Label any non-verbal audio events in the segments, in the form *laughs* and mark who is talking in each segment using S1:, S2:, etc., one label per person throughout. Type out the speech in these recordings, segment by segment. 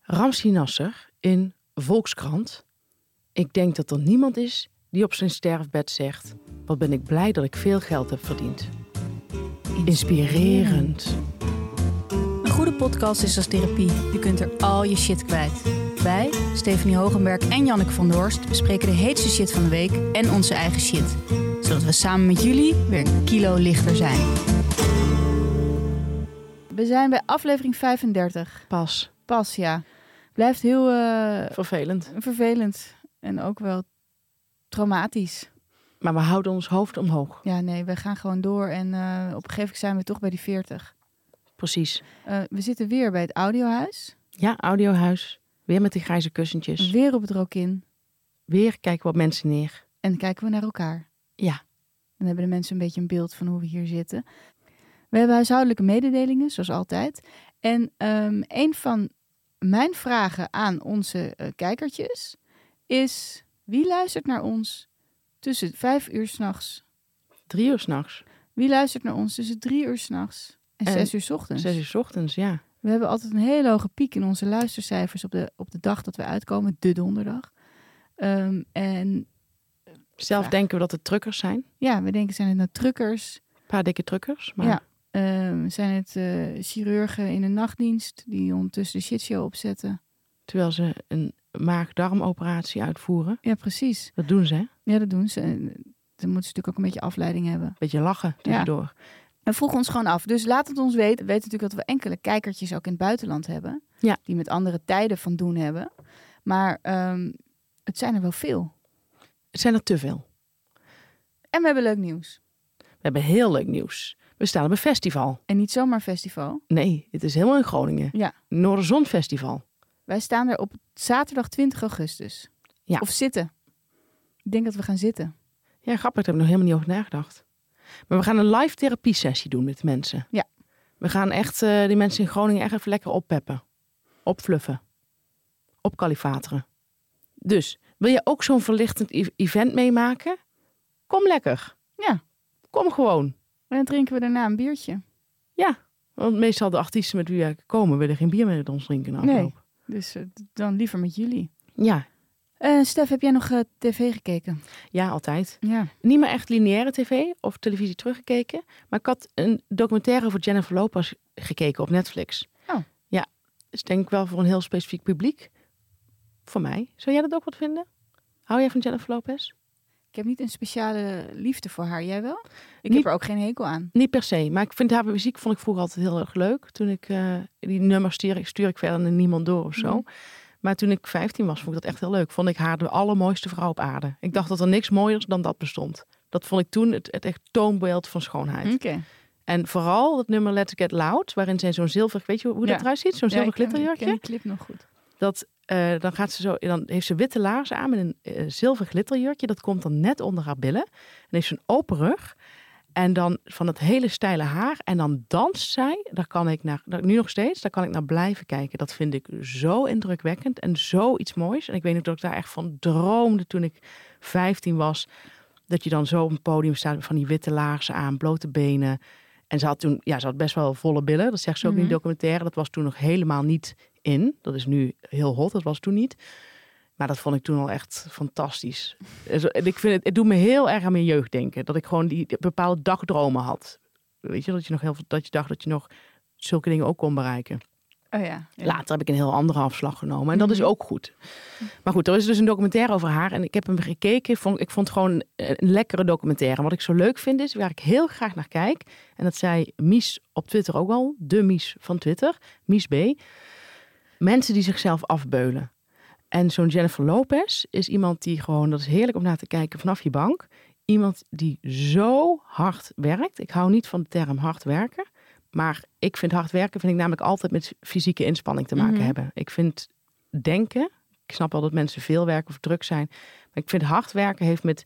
S1: Ramsi Nasser in Volkskrant. Ik denk dat er niemand is die op zijn sterfbed zegt: Wat ben ik blij dat ik veel geld heb verdiend. Inspirerend.
S2: Een goede podcast is als therapie. Je kunt er al je shit kwijt. Wij, Stefanie Hogenberg en Janneke van Doorst, bespreken de heetste shit van de week en onze eigen shit. Zodat we samen met jullie weer een kilo lichter zijn.
S3: We zijn bij aflevering 35.
S1: Pas.
S3: Pas, ja. Blijft heel eh,
S1: Vervelend.
S3: vervelend. En ook wel traumatisch.
S1: Maar we houden ons hoofd omhoog.
S3: Ja, nee, we gaan gewoon door. En eh, op een gegeven moment zijn we toch bij die 40.
S1: Precies.
S3: Eh, we zitten weer bij het Audiohuis.
S1: Ja, audiohuis. Weer met die grijze kussentjes.
S3: Weer op het Rokin.
S1: Weer kijken wat mensen neer.
S3: En kijken we naar elkaar.
S1: Ja.
S3: Dan hebben de mensen een beetje een beeld van hoe we hier zitten. We hebben huishoudelijke mededelingen, zoals altijd. En ehm, een van mijn vragen aan onze eh, kijkertjes is: wie luistert naar ons tussen vijf uur s'nachts?
S1: Drie uur s'nachts.
S3: Wie luistert naar ons tussen drie uur s'nachts en,
S1: En
S3: zes uur 's ochtends?
S1: Zes uur 's ochtends, ja.
S3: We hebben altijd een hele hoge piek in onze luistercijfers op de, op de dag dat we uitkomen, de donderdag. Ehm, en
S1: Zelf
S3: Ja.
S1: denken we dat het truckers zijn.
S3: ja, we denken: zijn het nou truckers?
S1: Een paar dikke truckers. Maar...
S3: Ja. Ehm, zijn het eh, chirurgen in de nachtdienst die ondertussen de shitshow opzetten?
S1: Terwijl ze een maag-darmoperatie uitvoeren.
S3: Ja, precies.
S1: Dat doen ze, hè?
S3: Ja, dat doen ze. En eh, dan moeten ze natuurlijk ook een beetje afleiding hebben.
S1: Beetje lachen tussendoor.
S3: En vroeg ons gewoon af. Dus laat het ons weten. We weten natuurlijk dat we enkele kijkertjes ook in het buitenland hebben.
S1: Ja.
S3: Die met andere tijden van doen hebben. Maar ehm, het zijn er wel veel.
S1: Het zijn er te veel.
S3: En we hebben leuk nieuws.
S1: We hebben heel leuk nieuws. We staan op een festival.
S3: En niet zomaar festival.
S1: Nee, het is helemaal in Groningen.
S3: Ja.
S1: Noorderzon Festival.
S3: Wij staan er op zaterdag 20 augustus.
S1: Ja.
S3: Of zitten. Ik denk dat we gaan zitten.
S1: Ja, grappig. Daar heb ik nog helemaal niet over nagedacht. Maar we gaan een live therapie sessie doen met mensen.
S3: Ja.
S1: We gaan echt eh, die mensen in Groningen echt even lekker oppeppen. Opfluffen. Opkalifateren. Dus, wil je ook zo'n verlichtend e- event meemaken? Kom lekker.
S3: Ja.
S1: Kom gewoon.
S3: En dan drinken we daarna een biertje.
S1: Want meestal de artiesten met wie wij komen willen geen bier meer met ons drinken. na
S3: Nee.
S1: afloop.
S3: Dus eh, d- dan liever met jullie.
S1: Ja.
S3: Eh Stef, heb jij nog eh, tv gekeken?
S1: ja, altijd.
S3: Ja.
S1: Niet meer echt lineaire tv of televisie teruggekeken. Maar ik had een documentaire over Jennifer Lopez gekeken op Netflix.
S3: Oh.
S1: Ja, is denk ik wel voor een heel specifiek publiek. Voor mij. Zou jij dat ook wat vinden? Hou jij van Jennifer Lopez?
S3: Ik heb niet een speciale liefde voor haar. Jij wel? Ik
S1: Niet-
S3: heb er ook geen hekel aan.
S1: Niet per se, maar ik vind haar muziek vond ik vroeger altijd heel erg leuk. Toen ik eh, die nummers stuur, ik- stuur ik verder naar niemand door of zo.
S3: Mhm.
S1: Maar toen ik 15 was, vond ik dat echt heel leuk. Vond ik haar de allermooiste vrouw op aarde. Ik dacht dat er niks mooiers dan dat bestond. Dat vond ik toen het, het echt toonbeeld van schoonheid.
S3: Oké.
S1: En vooral dat nummer Let's Get Loud, waarin zij zo'n zilver, weet je hoe
S3: Ja.
S1: dat eruit ziet? Zo'n
S3: Ja,
S1: zilver
S3: ik ken- Ik ken
S1: glitterjurkje.
S3: die clip nog goed.
S1: Dat, eh, dan, gaat ze zo, dan heeft ze witte laarzen aan met een eh, zilver glitterjurkje. Dat komt dan net onder haar billen. En heeft zo'n open rug. En dan van het hele steile haar. En dan danst zij. Daar kan ik naar, daar- nu nog steeds, daar kan ik naar blijven kijken. Dat vind ik zo indrukwekkend en zoiets moois. En ik weet nog dat ik daar echt van droomde toen ik 15 was. Dat je dan zo op een podium staat met van die witte laarzen aan, blote benen. En ze had toen, ja, ze had best wel volle billen. Dat zegt ze ook in
S3: Mhm.
S1: die documentaire. Dat was toen nog helemaal niet in. Dat is nu heel hot, dat was toen niet. Maar dat vond ik toen al echt fantastisch. Dus, en Ik vind het, het doet me heel erg aan mijn jeugd denken. Dat ik gewoon die die bepaalde dagdromen had. Weet je, dat je nog heel veel, dat je dacht dat je nog zulke dingen ook kon bereiken.
S3: Oh ja. ja.
S1: Later heb ik een heel andere afslag genomen. En dat is
S3: Mhm.
S1: ook goed. Maar goed, er is dus een documentaire over haar. En ik heb hem gekeken. Ik vond, ik vond het gewoon een een lekkere documentaire. En Wat ik zo leuk vind is, waar ik heel graag naar kijk. En dat zei Mies op Twitter ook al. De Mies van Twitter. Mies B. Mensen die zichzelf afbeulen. En zo'n Jennifer Lopez is iemand die gewoon... Dat is heerlijk om naar te kijken vanaf je bank. Iemand die zo hard werkt. Ik hou niet van de term hard werken. Maar ik vind hard werken vind ik namelijk altijd met fysieke inspanning te maken
S3: Mhm.
S1: hebben. Ik vind denken. Ik snap wel dat mensen veel werken of druk zijn. Maar ik vind hard werken heeft met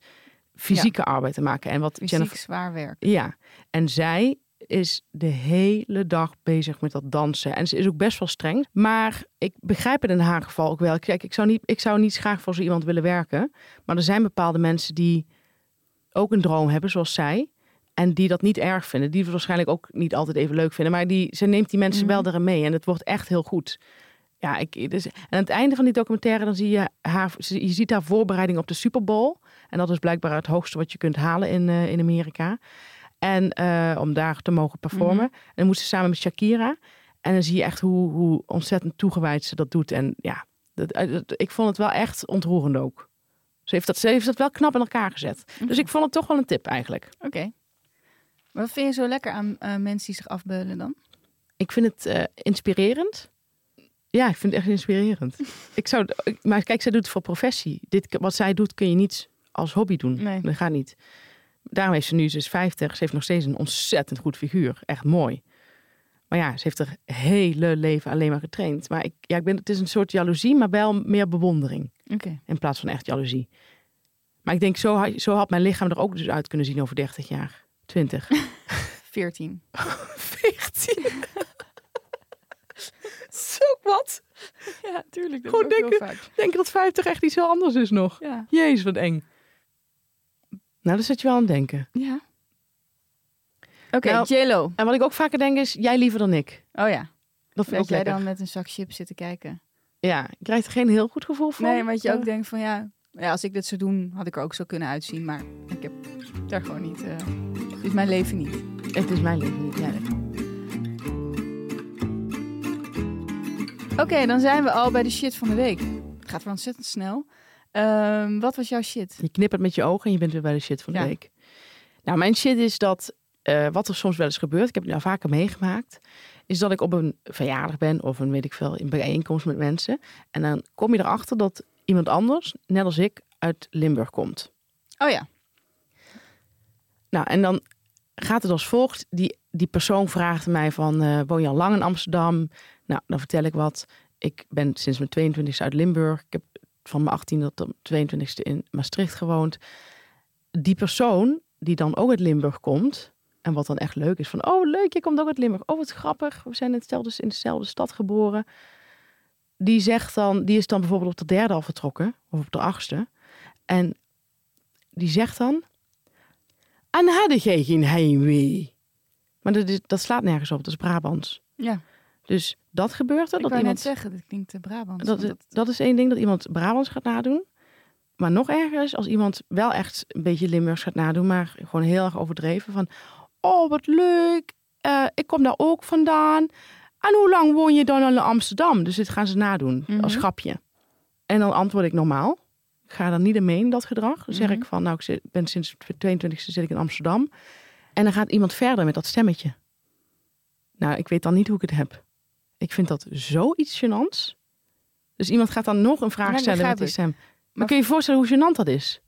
S1: fysieke arbeid te maken. En wat
S3: Fysiek
S1: Jennifer.
S3: zwaar werk.
S1: Ja. En zij is de hele dag bezig met dat dansen. En ze is ook best wel streng. Maar ik begrijp het in haar geval ook wel. Kijk, ik zou niet, ik zou niet graag voor zo iemand willen werken. Maar er zijn bepaalde mensen die ook een droom hebben, zoals zij. En die dat niet erg vinden. Die het waarschijnlijk ook niet altijd even leuk vinden. Maar die, ze neemt die mensen
S3: Mhm.
S1: wel erin mee. En het wordt echt heel goed. Ja, Ja, ik, dus, en aan het einde van die documentaire dan zie je haar, je ziet haar voorbereiding op de Super Bowl. En dat is blijkbaar het hoogste wat je kunt halen in, eh, in Amerika. En eh, om daar te mogen performen. En dan moest ze samen met Shakira. En dan zie je echt hoe, hoe ontzettend toegewijd ze dat doet. En ja, dat, eh, dat- ik vond het wel echt ontroerend ook. Ze heeft dat, ze heeft dat wel knap in elkaar gezet. Dus ik vond het toch wel een tip eigenlijk.
S3: Oké. Wat vind je zo lekker aan eh, mensen die zich afbeulen dan?
S1: Ik vind het eh, inspirerend. Ja, ik vind het echt *laughs* inspirerend. ik zou, ik- maar kijk, zij doet het voor professie. Dit, k- wat zij doet kun je niet als hobby doen.
S3: Nee.
S1: Dat gaat niet. Daarom heeft ze nu, ze is 50, ze heeft nog steeds een ontzettend goed figuur. Echt mooi. Maar ja, ze heeft haar hele leven alleen maar getraind. Maar ik, ja, ik ben, het is een soort jaloezie, maar wel meer bewondering.
S3: Oké.
S1: In plaats van echt jaloezie. Maar ik denk, zo, had- zo had mijn lichaam er ook dus uit kunnen zien over 30 jaar. 20.
S3: 14.
S1: 14. Zo wat.
S3: Ja, tuurlijk.
S1: Goed doe ik ook heel
S3: vaak.
S1: Ik denk dat 50 echt iets heel anders is nog.
S3: Ja.
S1: Jezus, wat eng. Nou, daar zit je wel aan het denken.
S3: ja. Oké,
S1: Nou-
S3: JLo.
S1: En wat ik ook vaker denk is, jij liever dan ik.
S3: Oh ja.
S1: Dat vind ik
S3: Dat
S1: ook
S3: jij
S1: lekker.
S3: dan met een zak chips zit te kijken.
S1: Ja, ik krijg er geen heel goed gevoel van.
S3: Nee, want je ook
S1: Eh,
S3: denkt van ja, ja, als ik dit zou doen, had ik er ook zo kunnen uitzien. Maar ik heb daar gewoon niet. eh, het is mijn leven niet.
S1: Het is mijn leven niet. Ja.
S3: Oké, dan zijn we al bij de shit van de week. Het gaat wel ontzettend snel. Ehm, wat was jouw shit?
S1: Je knippert met je ogen en je bent weer bij de shit van de
S3: Ja.
S1: week. Nou, mijn shit is dat, eh, wat er soms wel eens gebeurt, ik heb het nou vaker meegemaakt, is dat ik op een verjaardag ben of een weet ik veel, in bijeenkomst met mensen. En dan kom je erachter dat iemand anders, net als ik, uit Limburg komt.
S3: Oh ja.
S1: Nou, en dan gaat het als volgt. Die, die persoon vraagt mij van, eh, woon je al lang in Amsterdam? Nou, dan vertel ik wat. Ik ben sinds mijn 22e uit Limburg. Ik heb van mijn 18e tot mijn 22e in Maastricht gewoond. Die persoon die dan ook uit Limburg komt... en wat dan echt leuk is van... oh, leuk, je komt ook uit Limburg. Oh, wat grappig. We zijn in hetzelfde, in dezelfde stad geboren. Die zegt dan... die is dan bijvoorbeeld op de derde al vertrokken... of op de achtste. En die zegt dan... En hadden jij geen heimwee? Maar dat, is- dat slaat nergens op, dat is Brabants.
S3: Ja,
S1: Dus dat gebeurt er. dat
S3: ik wou net
S1: iemand,
S3: zeggen, dat klinkt te Brabant.
S1: dat, dat is één ding, dat iemand Brabants gaat nadoen. Maar nog erger is als iemand wel echt een beetje Limburgs gaat nadoen, maar gewoon heel erg overdreven. Van, oh wat leuk, eh, ik kom daar ook vandaan. En hoe lang woon je dan al in Amsterdam? Dus dit gaan ze nadoen als
S3: Mhm.
S1: grapje. En dan antwoord ik normaal. Ik ga dan niet aan mee in dat gedrag. Dan zeg
S3: Mhm.
S1: ik van, nou ik zit- ben sinds 22e zit ik in Amsterdam. En dan gaat iemand verder met dat stemmetje. Nou, ik weet dan niet hoe ik het heb. Ik vind dat zoiets gênants. Dus iemand gaat dan nog een vraag
S3: Ja, dat
S1: stellen met
S3: begrijp
S1: die stem.
S3: ik.
S1: Maar,
S3: Maar-
S1: kun je je voorstellen hoe gênant dat is?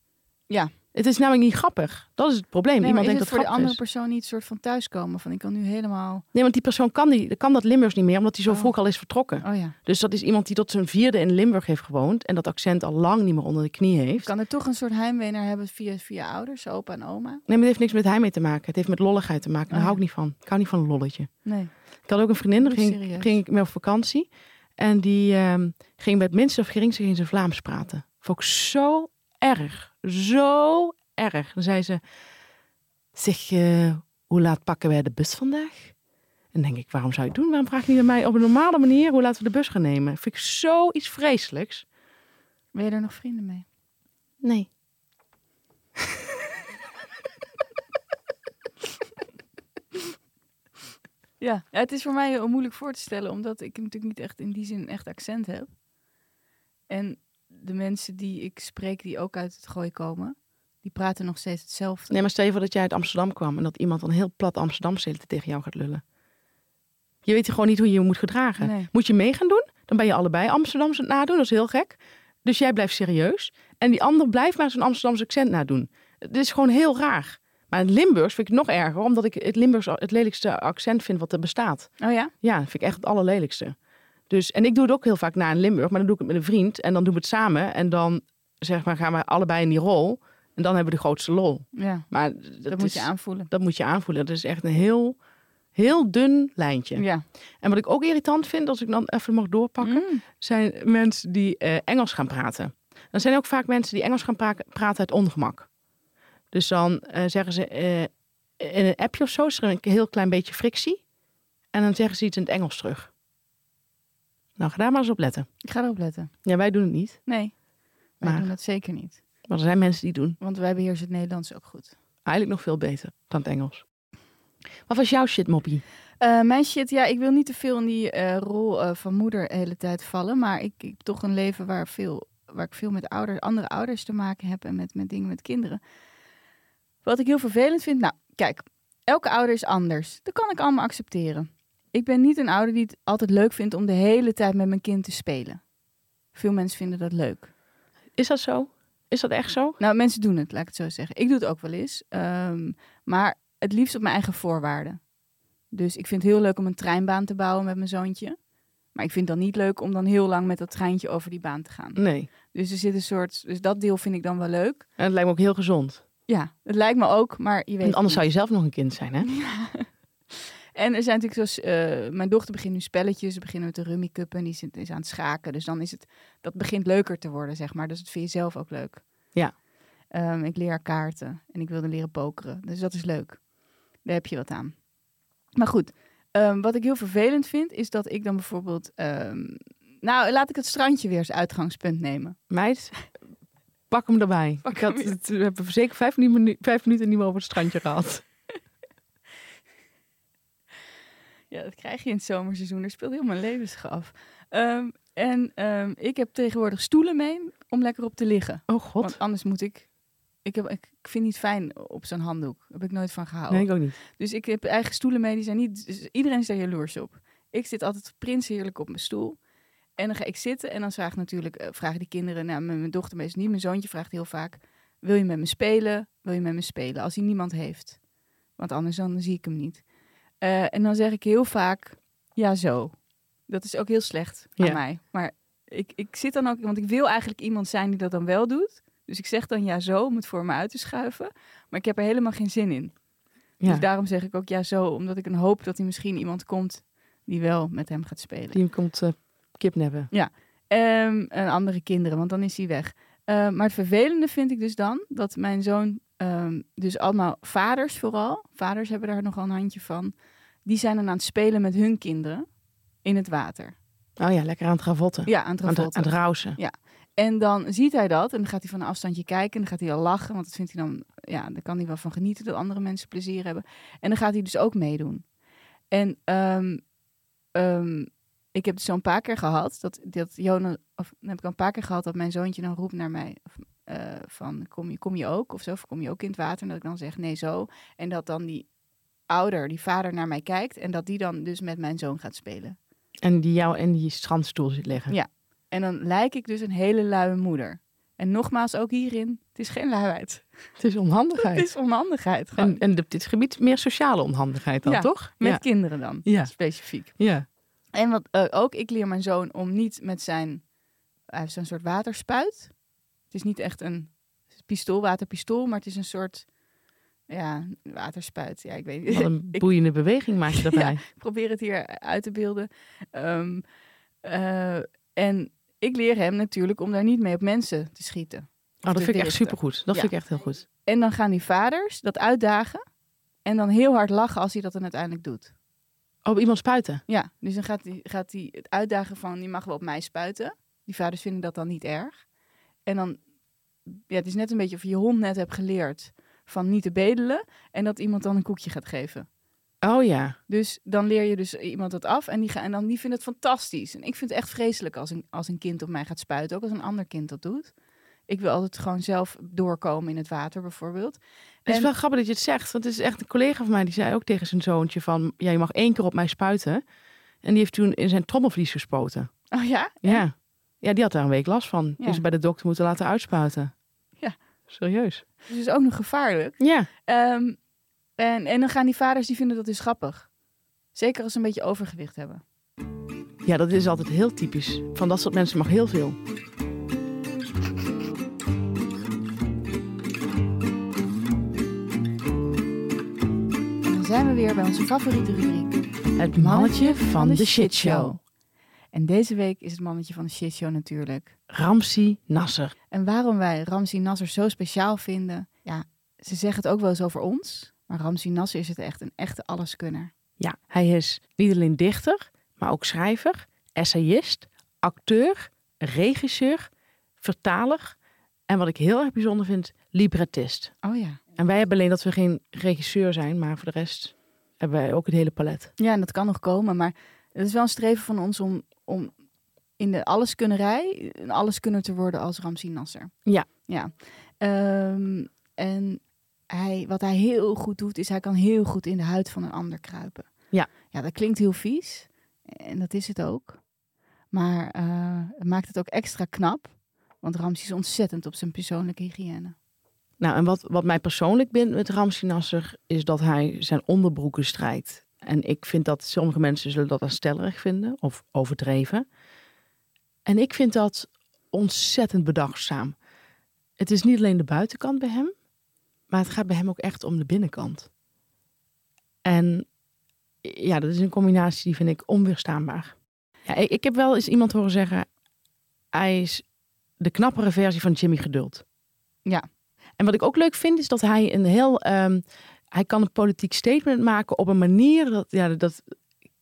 S3: Ja.
S1: Het is namelijk niet grappig. Dat is het probleem.
S3: Nee, maar
S1: iemand
S3: is
S1: denkt
S3: het
S1: dat
S3: voor de
S1: grappig
S3: andere
S1: is.
S3: persoon niet soort van thuiskomen? Van ik kan nu helemaal.
S1: Nee, want die persoon kan, die, kan dat Limburgs niet meer, omdat hij zo
S3: Oh.
S1: vroeg al is vertrokken.
S3: Oh ja.
S1: Dus dat is iemand die tot zijn vierde in Limburg heeft gewoond en dat accent al lang niet meer onder de knie heeft.
S3: Kan er toch een soort heimwee naar hebben via, via ouders, opa en oma?
S1: Nee, maar het heeft niks met hij mee te maken. Het heeft met lolligheid te maken. Daar
S3: Oh,
S1: hou
S3: ja.
S1: ik niet van. Ik hou niet van een lolletje.
S3: Nee.
S1: Ik had ook een vriendin, daar
S3: Doe
S1: ging,
S3: serieus.
S1: ging ik mee op vakantie. En die ehm, ging bij het minste of geringste ging ze Vlaams praten. Vond ik zo erg. Zo erg. Dan zei ze, zeg, eh, hoe laat pakken wij de bus vandaag? En dan denk ik, waarom zou je het doen? Waarom vraag je niet aan mij op een normale manier hoe laten we de bus gaan nemen? Vind ik zoiets vreselijks.
S3: Ben je er nog vrienden mee?
S1: Nee.
S3: Ja. ja, het is voor mij heel moeilijk voor te stellen, omdat ik natuurlijk niet echt in die zin echt accent heb. En de mensen die ik spreek, die ook uit het gooi komen, die praten nog steeds hetzelfde.
S1: Nee, maar stel je voor dat jij uit Amsterdam kwam en dat iemand dan heel plat Amsterdam tegen jou gaat lullen. Je weet gewoon niet hoe je je moet gedragen.
S3: Nee.
S1: Moet je mee gaan doen? Dan ben je allebei Amsterdamse aan het nadoen. Dat is heel gek. Dus jij blijft serieus. En die ander blijft maar zijn Amsterdamse accent nadoen. Het is gewoon heel raar. Maar in Limburgs vind ik het nog erger, omdat ik het Limburgs het lelijkste accent vind wat er bestaat.
S3: Oh ja?
S1: Ja, dat vind ik echt het allerlelijkste. Dus, en ik doe het ook heel vaak na in Limburg, maar dan doe ik het met een vriend en dan doen we het samen. En dan zeg maar, gaan we allebei in die rol. En dan hebben we de grootste lol.
S3: Ja,
S1: Maar
S3: dat,
S1: dat,
S3: moet
S1: is-
S3: je aanvoelen.
S1: dat moet je aanvoelen. Dat is echt een heel, heel dun lijntje.
S3: Ja.
S1: En wat ik ook irritant vind, als ik dan even mag doorpakken,
S3: Mm.
S1: zijn mensen die eh, Engels gaan praten. Dan zijn er ook vaak mensen die Engels gaan pra- praten uit ongemak. Dus dan eh, zeggen ze eh, in een appje of zo is er een heel klein beetje frictie. En dan zeggen ze iets in het Engels terug. Nou, ga daar maar eens op letten.
S3: Ik ga erop letten.
S1: Ja, wij doen het niet.
S3: Nee, wij
S1: Maar-
S3: doen dat zeker niet.
S1: Maar er zijn mensen die het doen.
S3: Want wij beheersen het Nederlands ook goed.
S1: Eigenlijk nog veel beter dan het Engels. Wat was jouw shit, Moppie?
S3: Eh, mijn shit, ja, ik wil niet te veel in die eh, rol eh, van moeder de hele tijd vallen. Maar ik, ik heb toch een leven waar, veel, waar ik veel met ouder, andere ouders te maken heb en met, met dingen met kinderen. Wat ik heel vervelend vind, nou, kijk, elke ouder is anders. Dat kan ik allemaal accepteren. Ik ben niet een ouder die het altijd leuk vindt om de hele tijd met mijn kind te spelen. Veel mensen vinden dat leuk.
S1: Is dat zo? Is dat echt zo?
S3: Nou, mensen doen het, laat ik het zo zeggen. Ik doe het ook wel eens. ehm, maar het liefst op mijn eigen voorwaarden. Dus ik vind het heel leuk om een treinbaan te bouwen met mijn zoontje. Maar ik vind het dan niet leuk om dan heel lang met dat treintje over die baan te gaan.
S1: Nee.
S3: Dus er zit een soort. Dus dat deel vind ik dan wel leuk.
S1: En het lijkt me ook heel gezond.
S3: Ja, het lijkt me ook, maar je weet.
S1: Want anders
S3: het
S1: zou je zelf nog een kind zijn, hè?
S3: En er zijn natuurlijk zoals eh, mijn dochter begint nu spelletjes. Ze beginnen met de Rummy Cup en die zit- is aan het schaken. Dus dan is het dat begint leuker te worden, zeg maar. Dus dat vind je zelf ook leuk.
S1: Ja.
S3: Ehm, ik leer haar kaarten en ik wilde leren pokeren. Dus dat is leuk. Daar heb je wat aan. Maar goed, ehm, wat ik heel vervelend vind, is dat ik dan bijvoorbeeld. ehm, nou, laat ik het strandje weer als uitgangspunt nemen.
S1: Meid, pak hem erbij.
S3: Pak
S1: ik had,
S3: hem
S1: het, we hebben zeker vijf, nie- minu- vijf minuten niet meer over het strandje gehad.
S3: Ja, dat krijg je in het zomerseizoen. Er speelt heel mijn levensge af. Ehm, en ehm, ik heb tegenwoordig stoelen mee om lekker op te liggen.
S1: Oh god.
S3: Want anders moet ik. Ik, heb, ik ik vind het niet fijn op zo'n handdoek. Daar heb ik nooit van gehouden.
S1: Nee, ik ook niet.
S3: Dus ik heb eigen stoelen mee. Die zijn niet. dus iedereen is daar jaloers op. Ik zit altijd prinsheerlijk op mijn stoel. En dan ga ik zitten. En dan vraag natuurlijk, eh, vragen die kinderen. Nou, mijn, mijn dochter meestal niet. Mijn zoontje vraagt heel vaak: Wil je met me spelen? Wil je met me spelen? Als hij niemand heeft. Want anders dan zie ik hem niet. Eh, en dan zeg ik heel vaak: Ja, zo. Dat is ook heel slecht aan
S1: Ja.
S3: mij. Maar ik, ik zit dan ook. Want ik wil eigenlijk iemand zijn die dat dan wel doet. Dus ik zeg dan ja, zo. Om het voor me uit te schuiven. Maar ik heb er helemaal geen zin in.
S1: Ja,
S3: Dus daarom zeg ik ook ja zo, omdat ik een hoop dat hij misschien iemand komt die wel met hem gaat spelen.
S1: die komt eh, kidnappen.
S3: Ehm, en andere kinderen, want dan is hij weg. Ehm, maar het vervelende vind ik dus dan dat mijn zoon, ehm, dus allemaal vaders vooral, vaders hebben daar nogal een handje van, die zijn dan aan het spelen met hun kinderen in het water.
S1: Oh ja, lekker aan het ravotten.
S3: Ja, aan het
S1: Aan, het-
S3: ravotten.
S1: aan het rausen.
S3: En dan ziet hij dat en dan gaat hij van een afstandje kijken en dan gaat hij al lachen, want dat vindt hij dan, ja, daar kan hij wel van genieten dat andere mensen plezier hebben. En dan gaat hij dus ook meedoen. En ehm, ehm, ik heb het zo een paar keer gehad dat, dat Jonas, of dan heb ik al een paar keer gehad dat mijn zoontje dan roept naar mij of, eh, van kom je, kom je ook of zo, of kom je ook in het water? En dat ik dan zeg nee zo. En dat dan die ouder, die vader naar mij kijkt en dat die dan dus met mijn zoon gaat spelen.
S1: En die jou in die strandstoel zit liggen.
S3: Ja. En dan lijk ik dus een hele luie moeder. En nogmaals, ook hierin, het is geen luiheid.
S1: Het is
S3: Het
S1: onhandigheid.
S3: is onhandigheid gewoon.
S1: En, en op dit gebied meer sociale onhandigheid dan,
S3: Ja,
S1: toch?
S3: Met
S1: ja.
S3: kinderen dan,
S1: Ja.
S3: specifiek.
S1: ja.
S3: En wat eh, ook, ik leer mijn zoon om niet met zijn... Hij heeft zo'n soort waterspuit. Het is niet echt een pistool, waterpistool, maar het is een soort... Ja, waterspuit. Ja, ik weet niet.
S1: Wat
S3: *laughs*
S1: een
S3: Ik-
S1: boeiende beweging maak je Oh, daarbij.
S3: probeer het hier uit te beelden. Ehm, eh, en ik leer hem natuurlijk om daar niet mee op mensen te schieten.
S1: Oh, dat
S3: te
S1: vind ik echt
S3: richten.
S1: supergoed. Dat
S3: Ja.
S1: vind ik echt heel goed.
S3: En dan gaan die vaders dat uitdagen. En dan heel hard lachen als hij dat dan uiteindelijk doet.
S1: Oh, iemand spuiten.
S3: Ja, dus dan gaat hij gaat die het uitdagen van... die mag wel op mij spuiten. Die vaders vinden dat dan niet erg. En dan... Ja, het is net een beetje of je je hond net hebt geleerd... van niet te bedelen. En dat iemand dan een koekje gaat geven.
S1: Oh ja.
S3: Dus dan leer je dus iemand dat af. En die, ga, en dan, die vindt het fantastisch. En ik vind het echt vreselijk als een, als een kind op mij gaat spuiten. Ook als een ander kind dat doet. Ik wil altijd gewoon zelf doorkomen in het water bijvoorbeeld.
S1: Het is
S3: En-
S1: wel grappig dat je het zegt. Want het is echt een collega van mij die zei ook tegen zijn zoontje van... Ja, je mag één keer op mij spuiten. En die heeft toen in zijn trommelvlies gespoten.
S3: Oh ja?
S1: Ja. Ja, die had daar een week last van. Die
S3: Ja.
S1: is bij de dokter moeten laten uitspuiten.
S3: Ja.
S1: Serieus.
S3: Dus het is ook nog gevaarlijk.
S1: Ja.
S3: Ehm, en, en dan gaan die vaders, die vinden dat dus grappig. Zeker als ze een beetje overgewicht hebben.
S1: Ja, dat is altijd heel typisch. Van dat soort mensen mag heel veel.
S3: En dan zijn we weer bij onze favoriete rubriek.
S1: Het mannetje van de shitshow.
S3: En deze week is het mannetje van de shitshow natuurlijk.
S1: Ramsi Nasser.
S3: En waarom wij Ramzi Nasser zo speciaal vinden... Ja, ze zeggen het ook wel eens over ons. Maar Ramzi Nasser is het echt een echte alleskunner.
S1: Ja, hij is niet alleen dichter, maar ook schrijver essayist, acteur, regisseur, vertaler en wat ik heel erg bijzonder vind, librettist.
S3: Oh ja.
S1: En wij hebben alleen dat we geen regisseur zijn, maar voor de rest hebben wij ook het hele palet.
S3: Ja, en dat kan nog komen, maar het is wel een streven van ons om, om in de alleskunnerij een alleskunner te worden als Ramzi Nasser.
S1: Ja.
S3: Ja. Ehm, en hij, wat hij heel goed doet, is hij kan heel goed in de huid van een ander kruipen.
S1: Ja.
S3: Ja, dat klinkt heel vies. En dat is het ook. Maar eh, het maakt het ook extra knap. Want Ramzi is ontzettend op zijn persoonlijke hygiëne.
S1: Nou, en wat, wat mij persoonlijk bindt met Ramsi Nasser is dat hij zijn onderbroeken strijkt. En ik vind dat sommige mensen zullen dat aanstellerig vinden of overdreven. En ik vind dat ontzettend bedachtzaam. Het is niet alleen de buitenkant bij hem, maar het gaat bij hem ook echt om de binnenkant. En ja, dat is een combinatie die vind ik onweerstaanbaar. Ja, ik, ik heb wel eens iemand horen zeggen, hij is de knappere versie van Jimmy Geduld. En wat ik ook leuk vind is dat hij een heel. ehm, hij kan een politiek statement maken op een manier dat. Ja, dat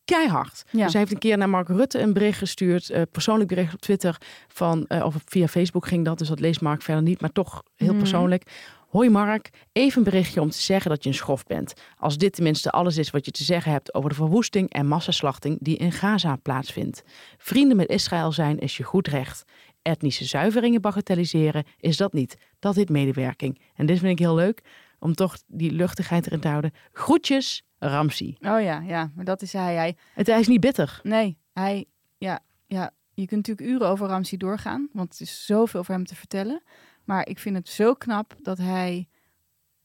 S1: keihard.
S3: Ja.
S1: Dus hij heeft een keer naar Mark Rutte een bericht gestuurd. eh, persoonlijk bericht op Twitter. Van, eh, of via Facebook ging dat. Dus dat leest Mark verder niet. Maar toch heel
S3: Mhm.
S1: persoonlijk. Hoi Mark, even een berichtje om te zeggen dat je een schof bent. Als dit tenminste alles is wat je te zeggen hebt over de verwoesting en massaslachting die in Gaza plaatsvindt. Vrienden met Israël zijn is je goed recht. Etnische zuiveringen bagatelliseren is dat niet. Dat heet medewerking. En dit vind ik heel leuk om toch die luchtigheid erin te houden. Groetjes, Ramsi.
S3: Oh ja, ja. Maar dat is hij. Hij
S1: Het hij is niet bitter.
S3: Nee, hij, ja, ja, je kunt natuurlijk uren over Ramsey doorgaan, want het is zoveel over hem te vertellen. Maar ik vind het zo knap dat hij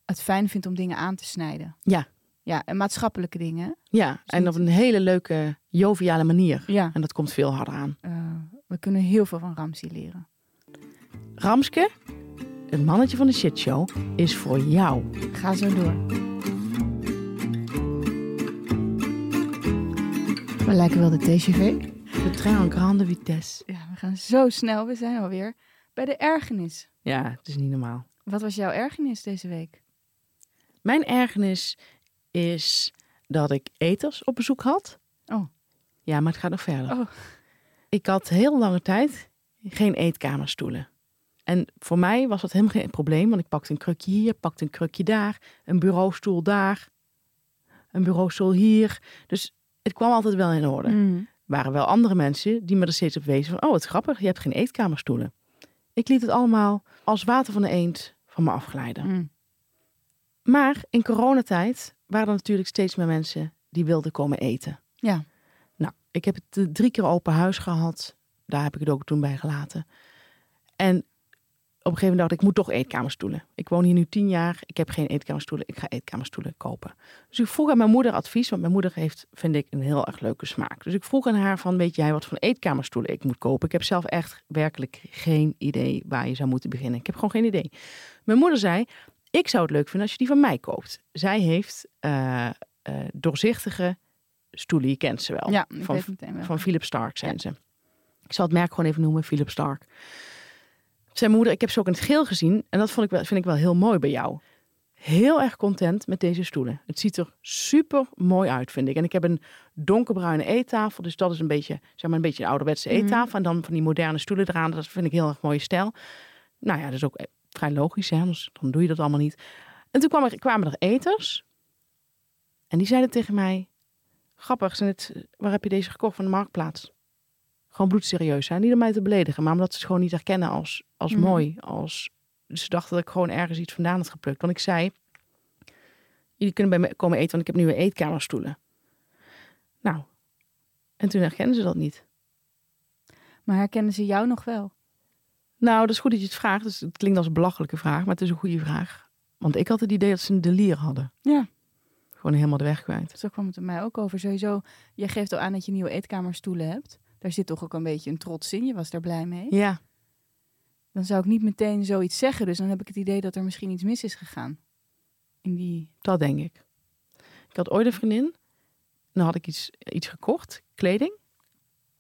S3: het fijn vindt om dingen aan te snijden.
S1: Ja.
S3: Ja, en maatschappelijke dingen.
S1: Ja, en op een hele leuke, joviale manier.
S3: Ja.
S1: En dat komt veel harder aan.
S3: Eh, we kunnen heel veel van Ramsey leren.
S1: Ramske, het mannetje van de shitshow, is voor jou.
S3: Ga zo door. We lijken wel de TGV.
S1: De trein en grande vitesse.
S3: Ja, we gaan zo snel. We zijn alweer bij de ergernis.
S1: Ja, het is niet normaal.
S3: Wat was jouw ergernis deze week?
S1: Mijn ergernis is dat ik eters op bezoek had.
S3: Oh.
S1: Ja, maar het gaat nog verder.
S3: Oh.
S1: Ik had heel lange tijd geen eetkamerstoelen. En voor mij was dat helemaal geen probleem, want ik pakte een krukje hier, pakte een krukje daar, een bureaustoel daar, een bureaustoel hier. Dus het kwam altijd wel in orde
S3: Mm.
S1: waren wel andere mensen die me er steeds op wezen van... oh, wat grappig, je hebt geen eetkamerstoelen. Ik liet het allemaal als water van de eend van me afglijden.
S3: Mm.
S1: Maar in coronatijd waren er natuurlijk steeds meer mensen die wilden komen eten.
S3: Ja.
S1: Nou, ik heb het eh, drie keer open huis gehad. Daar heb ik het ook toen bij gelaten. En op een gegeven moment dacht ik, ik moet toch eetkamerstoelen. Ik woon hier nu tien jaar, ik heb geen eetkamerstoelen. Ik ga eetkamerstoelen kopen. Dus ik vroeg aan mijn moeder advies, want mijn moeder heeft, vind ik, een heel erg leuke smaak. Dus ik vroeg aan haar van, weet jij wat voor eetkamerstoelen ik moet kopen? Ik heb zelf echt werkelijk geen idee waar je zou moeten beginnen. Ik heb gewoon geen idee. Mijn moeder zei, ik zou het leuk vinden als je die van mij koopt. Zij heeft eh, eh, doorzichtige stoelen, je kent ze wel.
S3: Ja, ik
S1: van
S3: weet meteen wel.
S1: van Philip Stark zijn ze. Ik zal het merk gewoon even noemen, Philip Stark. Zijn moeder, ik heb ze ook in het geel gezien. En dat vond ik wel, vind ik wel heel mooi bij jou. Heel erg content met deze stoelen. Het ziet er super mooi uit, vind ik. En ik heb een donkerbruine eettafel. Dus dat is een beetje, zeg maar, een beetje een ouderwetse
S3: Mhm.
S1: eettafel. En dan van die moderne stoelen eraan. Dat vind ik heel erg mooie stijl. Nou ja, dat is ook eh, vrij logisch, hè? Anders dan doe je dat allemaal niet. En toen kwam er, kwamen er eters. En die zeiden tegen mij... Grappig, zijn het, waar heb je deze gekocht van de marktplaats? Gewoon bloedserieus zijn. Niet om mij te beledigen, maar omdat ze het gewoon niet herkennen als, als
S3: Mhm.
S1: mooi. Als, ze dachten dat ik gewoon ergens iets vandaan had geplukt. Want ik zei... Jullie kunnen bij me komen eten, want ik heb nieuwe eetkamerstoelen. Nou, en toen herkennen ze dat niet.
S3: Maar herkennen ze jou nog wel?
S1: Nou, dat is goed dat je het vraagt. Dus het klinkt als een belachelijke vraag, maar het is een goede vraag. Want ik had het idee dat ze een delier hadden.
S3: Ja.
S1: Gewoon helemaal de weg kwijt.
S3: Zo kwam het er mij ook over. Sowieso, jij geeft al aan dat je nieuwe eetkamerstoelen hebt. Daar zit toch ook een beetje een trots in. Je was daar blij mee.
S1: Ja.
S3: Dan zou ik niet meteen zoiets zeggen. Dus dan heb ik het idee dat er misschien iets mis is gegaan. In die...
S1: Dat denk ik. Ik had ooit een vriendin. En dan had ik iets, iets gekocht. Kleding.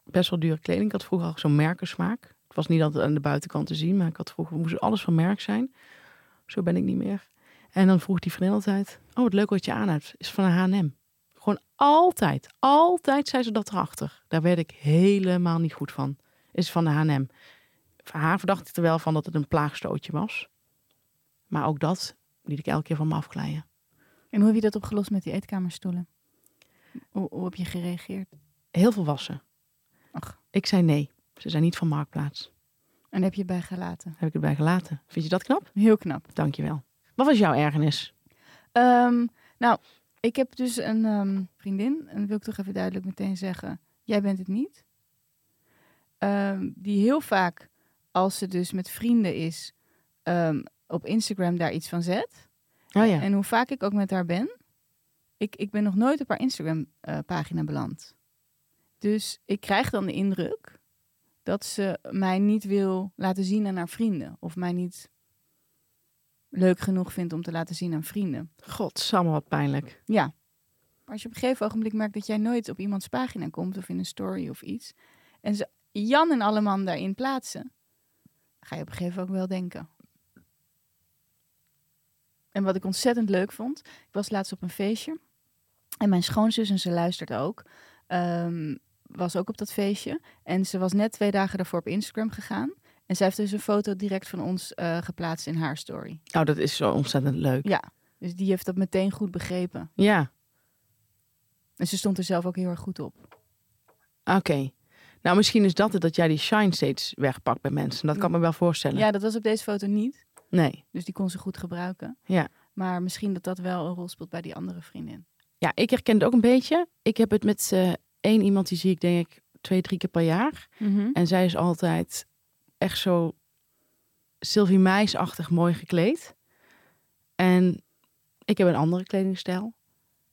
S1: Best wel dure kleding. Ik had vroeger al zo'n merkensmaak. Het was niet altijd aan de buitenkant te zien. Maar ik had vroeger moest alles van merk zijn. Zo ben ik niet meer. En dan vroeg die vriendin altijd. Oh, wat leuk wat je aan hebt. Is van een H&M. Gewoon altijd, altijd zei ze dat erachter. Daar werd ik helemaal niet goed van. Is van de H&M. Van haar verdacht ik er wel van dat het een plaagstootje was. Maar ook dat liet ik elke keer van me afkleien.
S3: En hoe heb je dat opgelost met die eetkamerstoelen? Hoe, hoe heb je gereageerd?
S1: Heel veel wassen.
S3: Ach.
S1: Ik zei nee. Ze zijn niet van Marktplaats.
S3: En heb je bij gelaten?
S1: Heb ik erbij gelaten. Vind je dat knap?
S3: Heel knap.
S1: Dankjewel. Wat was jouw ergernis?
S3: Ehm, nou, ik heb dus een ehm, vriendin, en dat wil ik toch even duidelijk meteen zeggen: jij bent het niet. Ehm, die heel vaak, als ze dus met vrienden is, ehm, op Instagram daar iets van zet.
S1: Oh ja.
S3: En hoe vaak ik ook met haar ben, ik, ik ben nog nooit op haar Instagram-pagina beland. Dus ik krijg dan de indruk dat ze mij niet wil laten zien aan haar vrienden. Of mij niet leuk genoeg vindt om te laten zien aan vrienden.
S1: Godsamme, wat pijnlijk.
S3: Ja. Maar als je op een gegeven ogenblik merkt dat jij nooit op iemands pagina komt of in een story of iets. En ze Jan en Alleman daarin plaatsen. Ga je op een gegeven ogenblik wel denken. En wat ik ontzettend leuk vond. Ik was laatst op een feestje. En mijn schoonzus, en ze luistert ook. ehm, was ook op dat feestje. En ze was net twee dagen daarvoor op Instagram gegaan. En zij heeft dus een foto direct van ons eh, geplaatst in haar story.
S1: Nou, dat is zo ontzettend leuk.
S3: Ja. Dus die heeft dat meteen goed begrepen.
S1: Ja.
S3: En ze stond er zelf ook heel erg goed op.
S1: Oké. Nou, misschien is dat het dat jij die shine steeds wegpakt bij mensen. Dat kan ik me wel voorstellen.
S3: Ja, dat was op deze foto niet.
S1: Nee.
S3: Dus die kon ze goed gebruiken.
S1: Ja.
S3: Maar misschien dat dat wel een rol speelt bij die andere vriendin.
S1: Ja, ik herken het ook een beetje. Ik heb het met eh, één iemand die zie ik denk ik twee, drie keer per jaar. En zij is altijd echt zo Sylvie Meisachtig mooi gekleed. En ik heb een andere kledingstijl.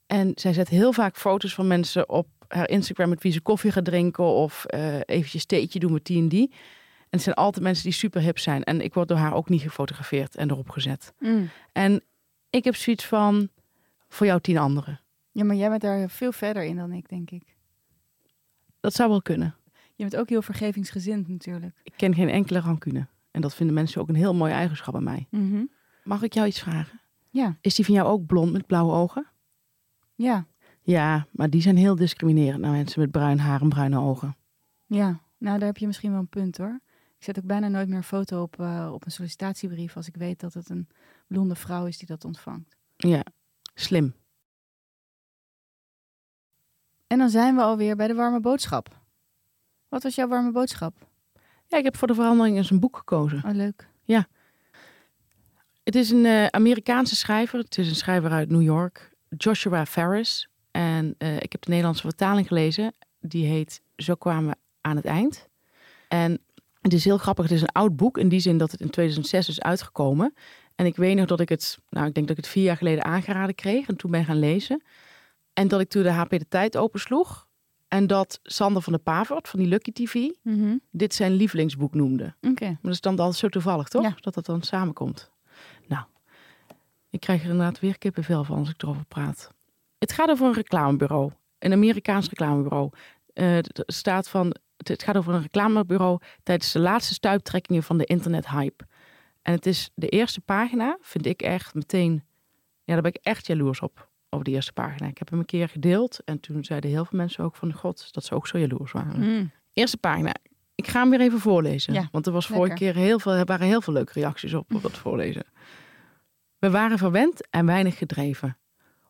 S1: En zij zet heel vaak foto's van mensen op haar Instagram met wie ze koffie gaat drinken of eh eventjes theetje doen met die en die. En het zijn altijd mensen die super hip zijn. En ik word door haar ook niet gefotografeerd en erop gezet. En ik heb zoiets van, voor jou tien anderen.
S3: Ja, maar jij bent daar veel verder in dan ik, denk ik.
S1: Dat zou wel kunnen.
S3: Je bent ook heel vergevingsgezind natuurlijk.
S1: Ik ken geen enkele rancune. En dat vinden mensen ook een heel mooie eigenschap aan mij. Mag ik jou iets vragen?
S3: Ja.
S1: Is die van jou ook blond met blauwe ogen?
S3: Ja,
S1: Ja, maar die zijn heel discriminerend naar mensen met bruin haar en bruine ogen.
S3: ja. Nou, daar heb je misschien wel een punt hoor. Ik zet ook bijna nooit meer een foto op, eh, op een sollicitatiebrief als ik weet dat het een blonde vrouw is die dat ontvangt.
S1: Ja, slim.
S3: En dan zijn we alweer bij de warme boodschap. Wat was jouw warme boodschap?
S1: Ja, ik heb voor de verandering eens een boek gekozen.
S3: Oh, leuk.
S1: Het is een eh, Amerikaanse schrijver. Het is een schrijver uit New York. Joshua Ferris. En eh, ik heb de Nederlandse vertaling gelezen. Die heet Zo kwamen we aan het eind. En het is heel grappig. Het is een oud boek. In die zin dat het in 2006 is uitgekomen. En ik weet nog dat ik het... Nou, ik denk dat ik het vier jaar geleden aangeraden kreeg. En toen ben gaan lezen. En dat ik toen de HP De Tijd opensloeg. En dat Sander van der Pavert van die Lucky TV... dit zijn lievelingsboek noemde.
S3: Oké.
S1: Maar dat is dan altijd zo toevallig, toch?
S3: Ja.
S1: Dat dat dan samenkomt. Nou, ik krijg er inderdaad weer kippenvel van als ik erover praat. Het gaat over een reclamebureau. Een Amerikaans reclamebureau. Eh, het staat van... Het het gaat over een reclamebureau tijdens de laatste stuiptrekkingen van de internethype. En het is de eerste pagina, vind ik echt meteen... Ja, daar ben ik echt jaloers op, over die eerste pagina. Ik heb hem een keer gedeeld en toen zeiden heel veel mensen ook van... God, dat ze ook zo jaloers waren. Eerste pagina. Ik ga hem weer even voorlezen.
S3: Ja,
S1: want er was vorige keer heel veel, er waren heel veel leuke reacties op, op dat voorlezen. We waren verwend en weinig gedreven.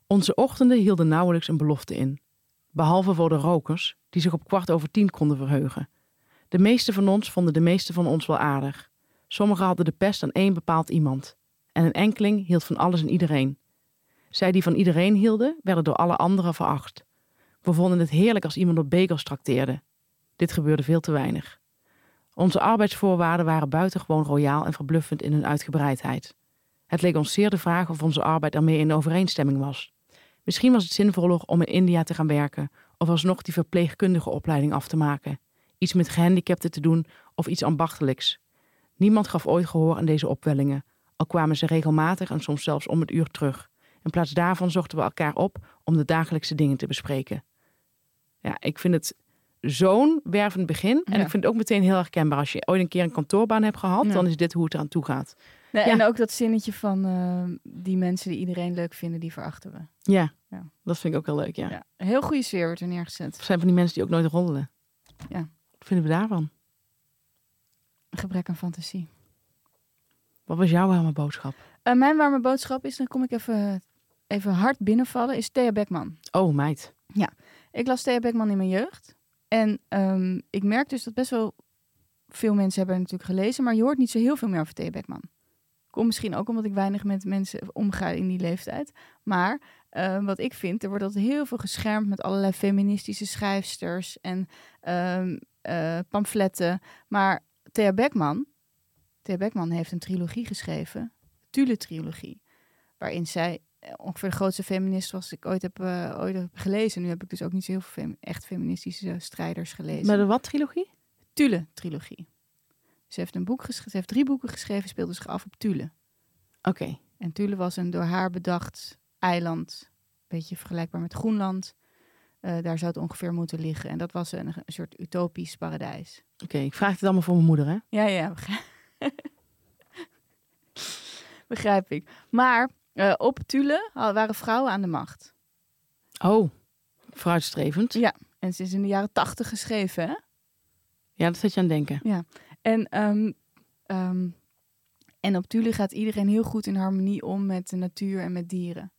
S1: Onze ochtenden hielden nauwelijks een belofte in. Behalve voor de rokers, die zich op kwart over tien konden verheugen. De meesten van ons vonden de meeste van ons wel aardig. Sommigen hadden de pest aan één bepaald iemand. En een enkeling hield van alles en iedereen. Zij die van iedereen hielden, werden door alle anderen veracht. We vonden het heerlijk als iemand op bekers trakteerde. Dit gebeurde veel te weinig. Onze arbeidsvoorwaarden waren buitengewoon royaal en verbluffend in hun uitgebreidheid. Het leek ons zeer de vraag of onze arbeid ermee in overeenstemming was. Misschien was het zinvoller om in India te gaan werken of alsnog die verpleegkundige opleiding af te maken. Iets met gehandicapten te doen of iets ambachtelijks. Niemand gaf ooit gehoor aan deze opwellingen, al kwamen ze regelmatig en soms zelfs om het uur terug. In plaats daarvan zochten we elkaar op om de dagelijkse dingen te bespreken. Ja, ik vind het zo'n wervend begin. En
S3: Ja.
S1: ik vind het ook meteen heel herkenbaar. Als je ooit een keer een kantoorbaan hebt gehad,
S3: Ja.
S1: dan is dit hoe het eraan toe gaat.
S3: Nee,
S1: Ja.
S3: En ook dat zinnetje van eh, die mensen die iedereen leuk vinden, die verachten we.
S1: Ja,
S3: Ja.
S1: dat vind ik ook heel leuk. Ja.
S3: Ja. Heel goede sfeer wordt er neergezet.
S1: Het zijn van die mensen die ook nooit roddelen.
S3: Ja.
S1: Wat vinden we daarvan?
S3: Gebrek aan fantasie.
S1: Wat was jouw warme boodschap?
S3: Eh, mijn warme boodschap is, dan kom ik even, even hard binnenvallen, is Thea Beckman.
S1: Oh, meid.
S3: Ik las Thea Beckman in mijn jeugd. En ehm, ik merk dus dat best wel veel mensen hebben haar natuurlijk gelezen, maar je hoort niet zo heel veel meer over Thea Beckman. Komt misschien ook omdat ik weinig met mensen omga in die leeftijd. Maar ehm, wat ik vind, er wordt altijd heel veel geschermd met allerlei feministische schrijfsters en ehm, eh, pamfletten. Maar Thea Beckman, Thea Beckman heeft een trilogie geschreven, Tule-trilogie, waarin zij eh, ongeveer de grootste feminist was ik ooit heb, eh, ooit heb gelezen. Nu heb ik dus ook niet zo heel veel fem- echt feministische strijders gelezen.
S1: Met de wat-trilogie?
S3: Tule-trilogie. Ze heeft, een boek geschreven, ze heeft drie boeken geschreven, speelde zich af op Tule.
S1: Oké.
S3: En Tule was een door haar bedacht eiland, een beetje vergelijkbaar met Groenland. Eh, daar zou het ongeveer moeten liggen. En dat was een, een soort utopisch paradijs.
S1: Oké, ik vraag dit allemaal voor mijn moeder, hè?
S3: Ja, ja, begrijp, *laughs* begrijp ik. Maar eh, op Tule al- waren vrouwen aan de macht.
S1: Oh, vooruitstrevend.
S3: Ja. En ze is in de jaren tachtig geschreven, hè?
S1: Ja, dat zat je aan het denken.
S3: En, ehm, ehm, en op Tule gaat iedereen heel goed in harmonie om met de natuur en met dieren.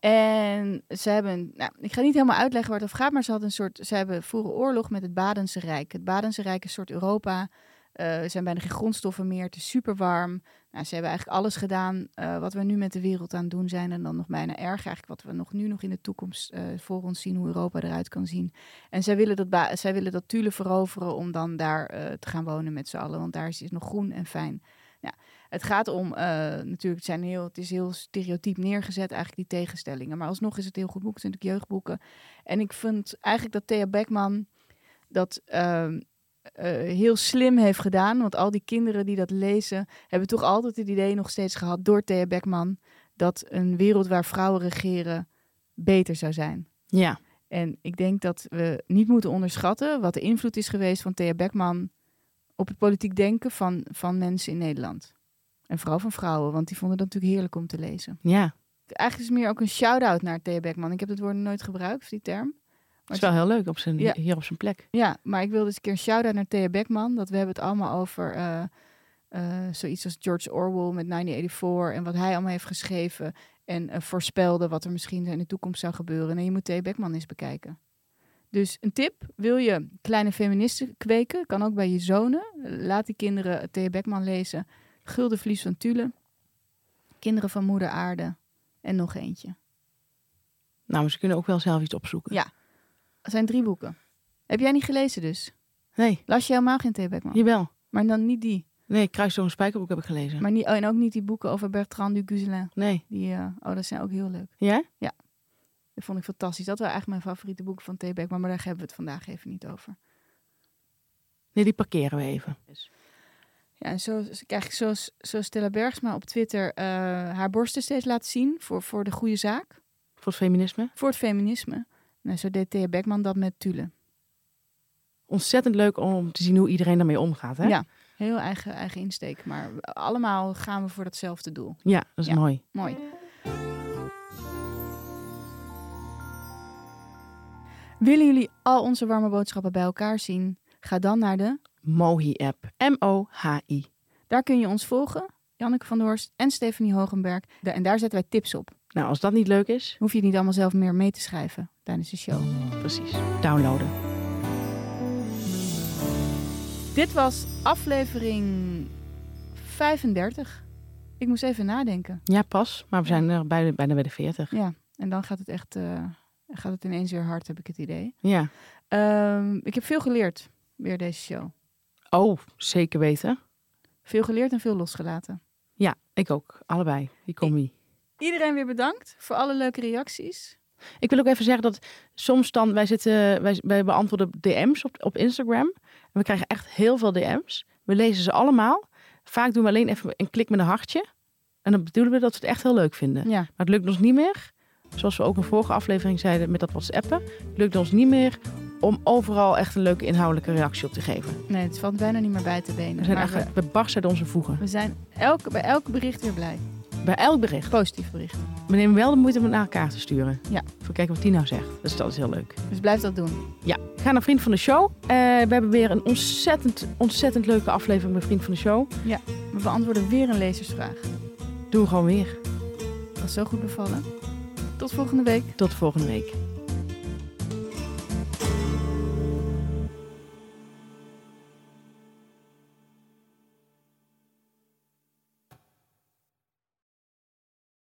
S3: En ze hebben, nou, ik ga niet helemaal uitleggen waar het over gaat, maar ze, hadden een soort, ze hebben vroeger oorlog met het Badense Rijk. Het Badense Rijk is een soort Europa. Eh, er zijn bijna geen grondstoffen meer, het is super warm. Nou, ze hebben eigenlijk alles gedaan eh, wat we nu met de wereld aan het doen zijn. En dan nog bijna erger, eigenlijk wat we nog nu nog in de toekomst eh, voor ons zien, hoe Europa eruit kan zien. En zij willen dat, ba- zij willen dat Tule veroveren om dan daar eh, te gaan wonen met z'n allen. Want daar is het nog groen en fijn. Ja, het gaat om, eh, natuurlijk, het, zijn heel, het is heel stereotyp neergezet, eigenlijk die tegenstellingen. Maar alsnog is het een heel goed boek, het zijn natuurlijk jeugdboeken. En ik vind eigenlijk dat Thea Beckman dat ehm, eh, heel slim heeft gedaan. Want al die kinderen die dat lezen, hebben toch altijd het idee nog steeds gehad door Thea Beckman... dat een wereld waar vrouwen regeren beter zou zijn.
S1: Ja.
S3: En ik denk dat we niet moeten onderschatten wat de invloed is geweest van Thea Beckman op het politiek denken van, van mensen in Nederland. En vooral van vrouwen, want die vonden dat natuurlijk heerlijk om te lezen.
S1: Ja,
S3: Eigenlijk is het meer ook een shout-out naar Thea Beckman. Ik heb dat woord nooit gebruikt, die term.
S1: het is wel heel leuk op zijn,
S3: Ja.
S1: hier op zijn plek.
S3: Ja, maar ik wilde dus een keer een shout-out naar Thea Beckman. Dat we hebben het allemaal over eh, eh, zoiets als George Orwell met 1984 en wat hij allemaal heeft geschreven. En eh, voorspelde wat er misschien in de toekomst zou gebeuren. En je moet Thea Beckman eens bekijken. Dus een tip, wil je kleine feministen kweken, kan ook bij je zonen. Laat die kinderen Thea Beckman lezen. Gulden Vlies van Tule, Kinderen van Moeder Aarde en nog eentje.
S1: Nou, maar ze kunnen ook wel zelf iets opzoeken.
S3: Ja. Dat zijn drie boeken. Heb jij niet gelezen dus?
S1: Nee,
S3: Las je helemaal geen Thea Beckman?
S1: jawel.
S3: Maar dan niet die.
S1: Nee, Kruis door een spijkerboek heb ik gelezen.
S3: Maar niet, oh, en ook niet die boeken over Bertrand du Guzelin.
S1: Nee.
S3: Die, eh, oh, dat zijn ook heel leuk.
S1: Ja?
S3: Dat vond ik fantastisch. Dat waren eigenlijk mijn favoriete boeken van T. Beckman, maar daar hebben we het vandaag even niet over.
S1: Nee, die parkeren we even.
S3: Ja, en zo zo krijg ik zoals, zoals Stella Bergsma op Twitter eh, haar borsten steeds laten zien voor, voor de goede zaak,
S1: Voor het feminisme.
S3: voor het feminisme. Nou, zo deed Thea Beckman dat met Tule.
S1: Ontzettend leuk om te zien hoe iedereen daarmee omgaat, hè?
S3: Ja. Heel eigen, eigen insteek, maar allemaal gaan we voor datzelfde doel.
S1: Ja, dat is
S3: Ja.
S1: mooi.
S3: Mooi. Willen jullie al onze warme boodschappen bij elkaar zien? Ga dan naar de.
S1: Mohi-app. M-O-H-I.
S3: Daar kun je ons volgen. Janneke van der Horst en Stephanie Hogenberg. Da- En daar zetten wij tips op.
S1: Nou, als dat niet leuk is,
S3: Hoef je het niet allemaal zelf meer mee te schrijven tijdens de show.
S1: precies. Downloaden.
S3: Dit was aflevering 35. Ik moest even nadenken.
S1: Ja, pas. Maar we zijn er bijna, bijna bij de 40.
S3: Ja, en dan gaat het echt eh, gaat het ineens weer hard, heb ik het idee.
S1: Ja.
S3: Ehm, ik heb veel geleerd weer deze show.
S1: Oh, zeker weten.
S3: Veel geleerd en veel losgelaten.
S1: Ja, ik ook. Allebei. Die combi.
S3: Iedereen weer bedankt voor alle leuke reacties.
S1: Ik wil ook even zeggen dat soms dan, wij, zitten, wij, wij beantwoorden DM's op, op Instagram. En we krijgen echt heel veel DM's. We lezen ze allemaal. Vaak doen we alleen even een klik met een hartje. En dan bedoelen we dat we het echt heel leuk vinden.
S3: Ja,
S1: Maar het lukt ons niet meer, zoals we ook in vorige aflevering zeiden met dat WhatsAppen. Het lukt ons niet meer om overal echt een leuke inhoudelijke reactie op te geven.
S3: Nee, het valt bijna niet meer bij te benen.
S1: We zijn
S3: maar we,
S1: eigenlijk, we barsten uit onze voegen.
S3: we zijn elke, bij elk bericht weer blij.
S1: Bij elk bericht.
S3: Positief bericht.
S1: We nemen wel de moeite om het naar elkaar te sturen.
S3: Ja.
S1: Voor kijken wat die nou zegt. Dus dat is heel leuk.
S3: Dus blijf dat doen.
S1: Ja, ga naar Vriend van de Show. Eh, we hebben weer een ontzettend, ontzettend leuke aflevering bij Vriend van de Show.
S3: We beantwoorden weer een lezersvraag.
S1: Doen we gewoon weer.
S3: Dat was zo goed bevallen. Tot volgende week.
S1: Tot volgende week.